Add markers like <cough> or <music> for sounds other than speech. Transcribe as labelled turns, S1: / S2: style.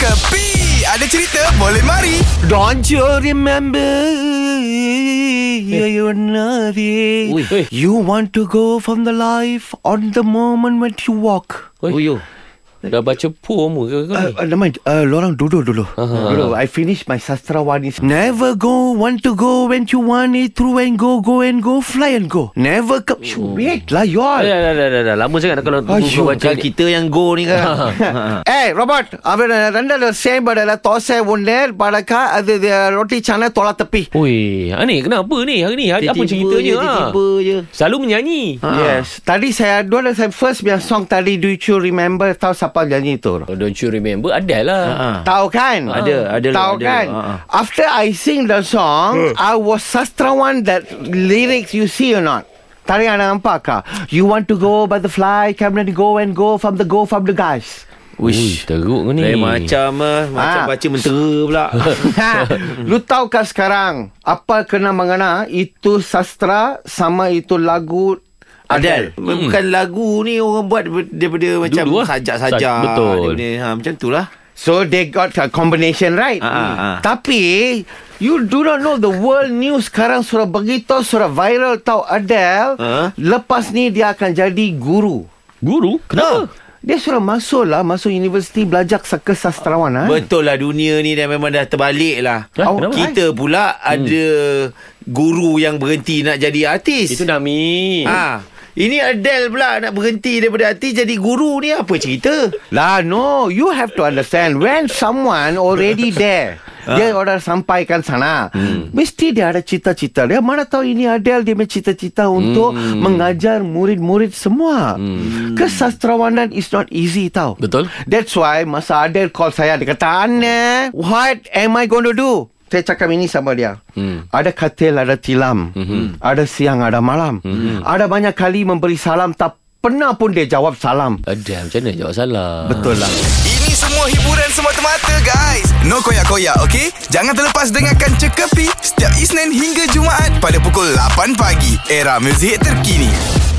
S1: Kepi Ada cerita boleh mari
S2: Don't you remember yeah, you love it.
S3: Ui. Ui.
S2: You want to go from the life on the moment when you walk.
S3: Uyuh. Dah baca poem ke kau
S2: Uh, uh,
S3: ni?
S4: Eh,
S2: never mind. Uh, lorang duduk dulu.
S3: Aha.
S2: Duduk. I finish my sastrawan is never go want to go when you want it through and go go and go fly and go. Never come. You wait lah you all.
S3: Dah, dah, dah, dah, dah. Lama sangat kalau tunggu
S2: Ayuh,
S3: kau baca
S4: Bukan
S3: ni.
S4: kita yang go ni <laughs> kan
S2: ಏಯ್ Robert ಅವರ ರಂಡಲ ಸೇಮ್ ಬಡಲ ತೋಸೆ ಉಂಡೆ ಬಡಕ ಅದು ಇದು ರೊಟ್ಟಿ ಚೆನ್ನಾಗಿ ತೊಳ ತಪ್ಪಿ
S3: Ui, ah, ni kenapa ni? Hari ni hari apa
S4: Tiba-tiba Ha.
S3: ceritanya?
S4: je
S3: ah?
S4: Tiba je
S3: Selalu menyanyi.
S4: Ah.
S2: Yes. Tadi saya dua lah saya first punya song tadi Do you remember tahu siapa nyanyi tu?
S3: Oh, don't you remember? Ada lah.
S4: Ha,
S2: Tahu kan?
S4: Ah. Ada, ada lah,
S2: Tahu
S4: ada.
S2: kan?
S4: Ha, ha.
S2: After I sing the song, I was sastrawan that lyrics you see or not? Tadi anda nampak kah? You want to go by the fly, cabinet go and go from the go from the guys.
S4: <laughs>
S3: Uish, teruk kau ni.
S4: Lain macam ah, Macam
S2: Ah.
S4: baca mentera <laughs> pula
S2: ha, lu tahu kan sekarang apa kena mengena itu sastra sama itu lagu
S4: Adel Bukan lagu ni Orang buat ber- daripada Macam
S3: Dulu lah.
S4: sajak-sajak
S3: Saj- betul.
S4: daripada, ha, Macam tu lah
S2: So they got a combination right
S4: Ah, ah, ah.
S2: Tapi You do not know the world news sekarang Surah begitu Surah viral tau Adele
S4: Ah.
S2: Lepas ni dia akan jadi guru
S3: Guru?
S4: Ha.
S3: Kenapa?
S2: Dia suruh masuk lah Masuk universiti belajar kesastrawan ha?
S4: Betul lah dunia ni Dah memang dah terbalik lah
S3: Hah,
S2: Oh,
S3: kenapa?
S4: Kita pula Ada Guru yang berhenti Nak jadi artis
S3: Itu Nami.
S4: ha. Ini Adele pula Nak berhenti daripada artis Jadi guru ni Apa cerita
S2: Lah no You have to understand When someone
S4: <laughs>
S2: already
S4: Ah.
S2: there Dia orang sampaikan sana hmm. Mesti dia ada cita-cita Dia mana tahu ini Adele Dia punya cita-cita untuk
S4: Hmm.
S2: Mengajar murid-murid semua hmm. Kesastrawanan is not easy tau
S3: Betul.
S2: That's why Masa Adele call saya Dia kata Anne What am I going to do? Saya cakap ini sama dia hmm. Ada katil, ada tilam hmm. Ada siang, ada malam hmm. Ada banyak kali memberi salam Tak pernah pun dia jawab salam
S3: Ada, macam mana jawab salah?
S2: Betul lah
S1: Ini semua hiburan semata-mata guys No koyak-koyak ok Jangan terlepas dengarkan Cekapi Setiap Isnin hingga Jumaat Pada pukul 8 pagi Era muzik terkini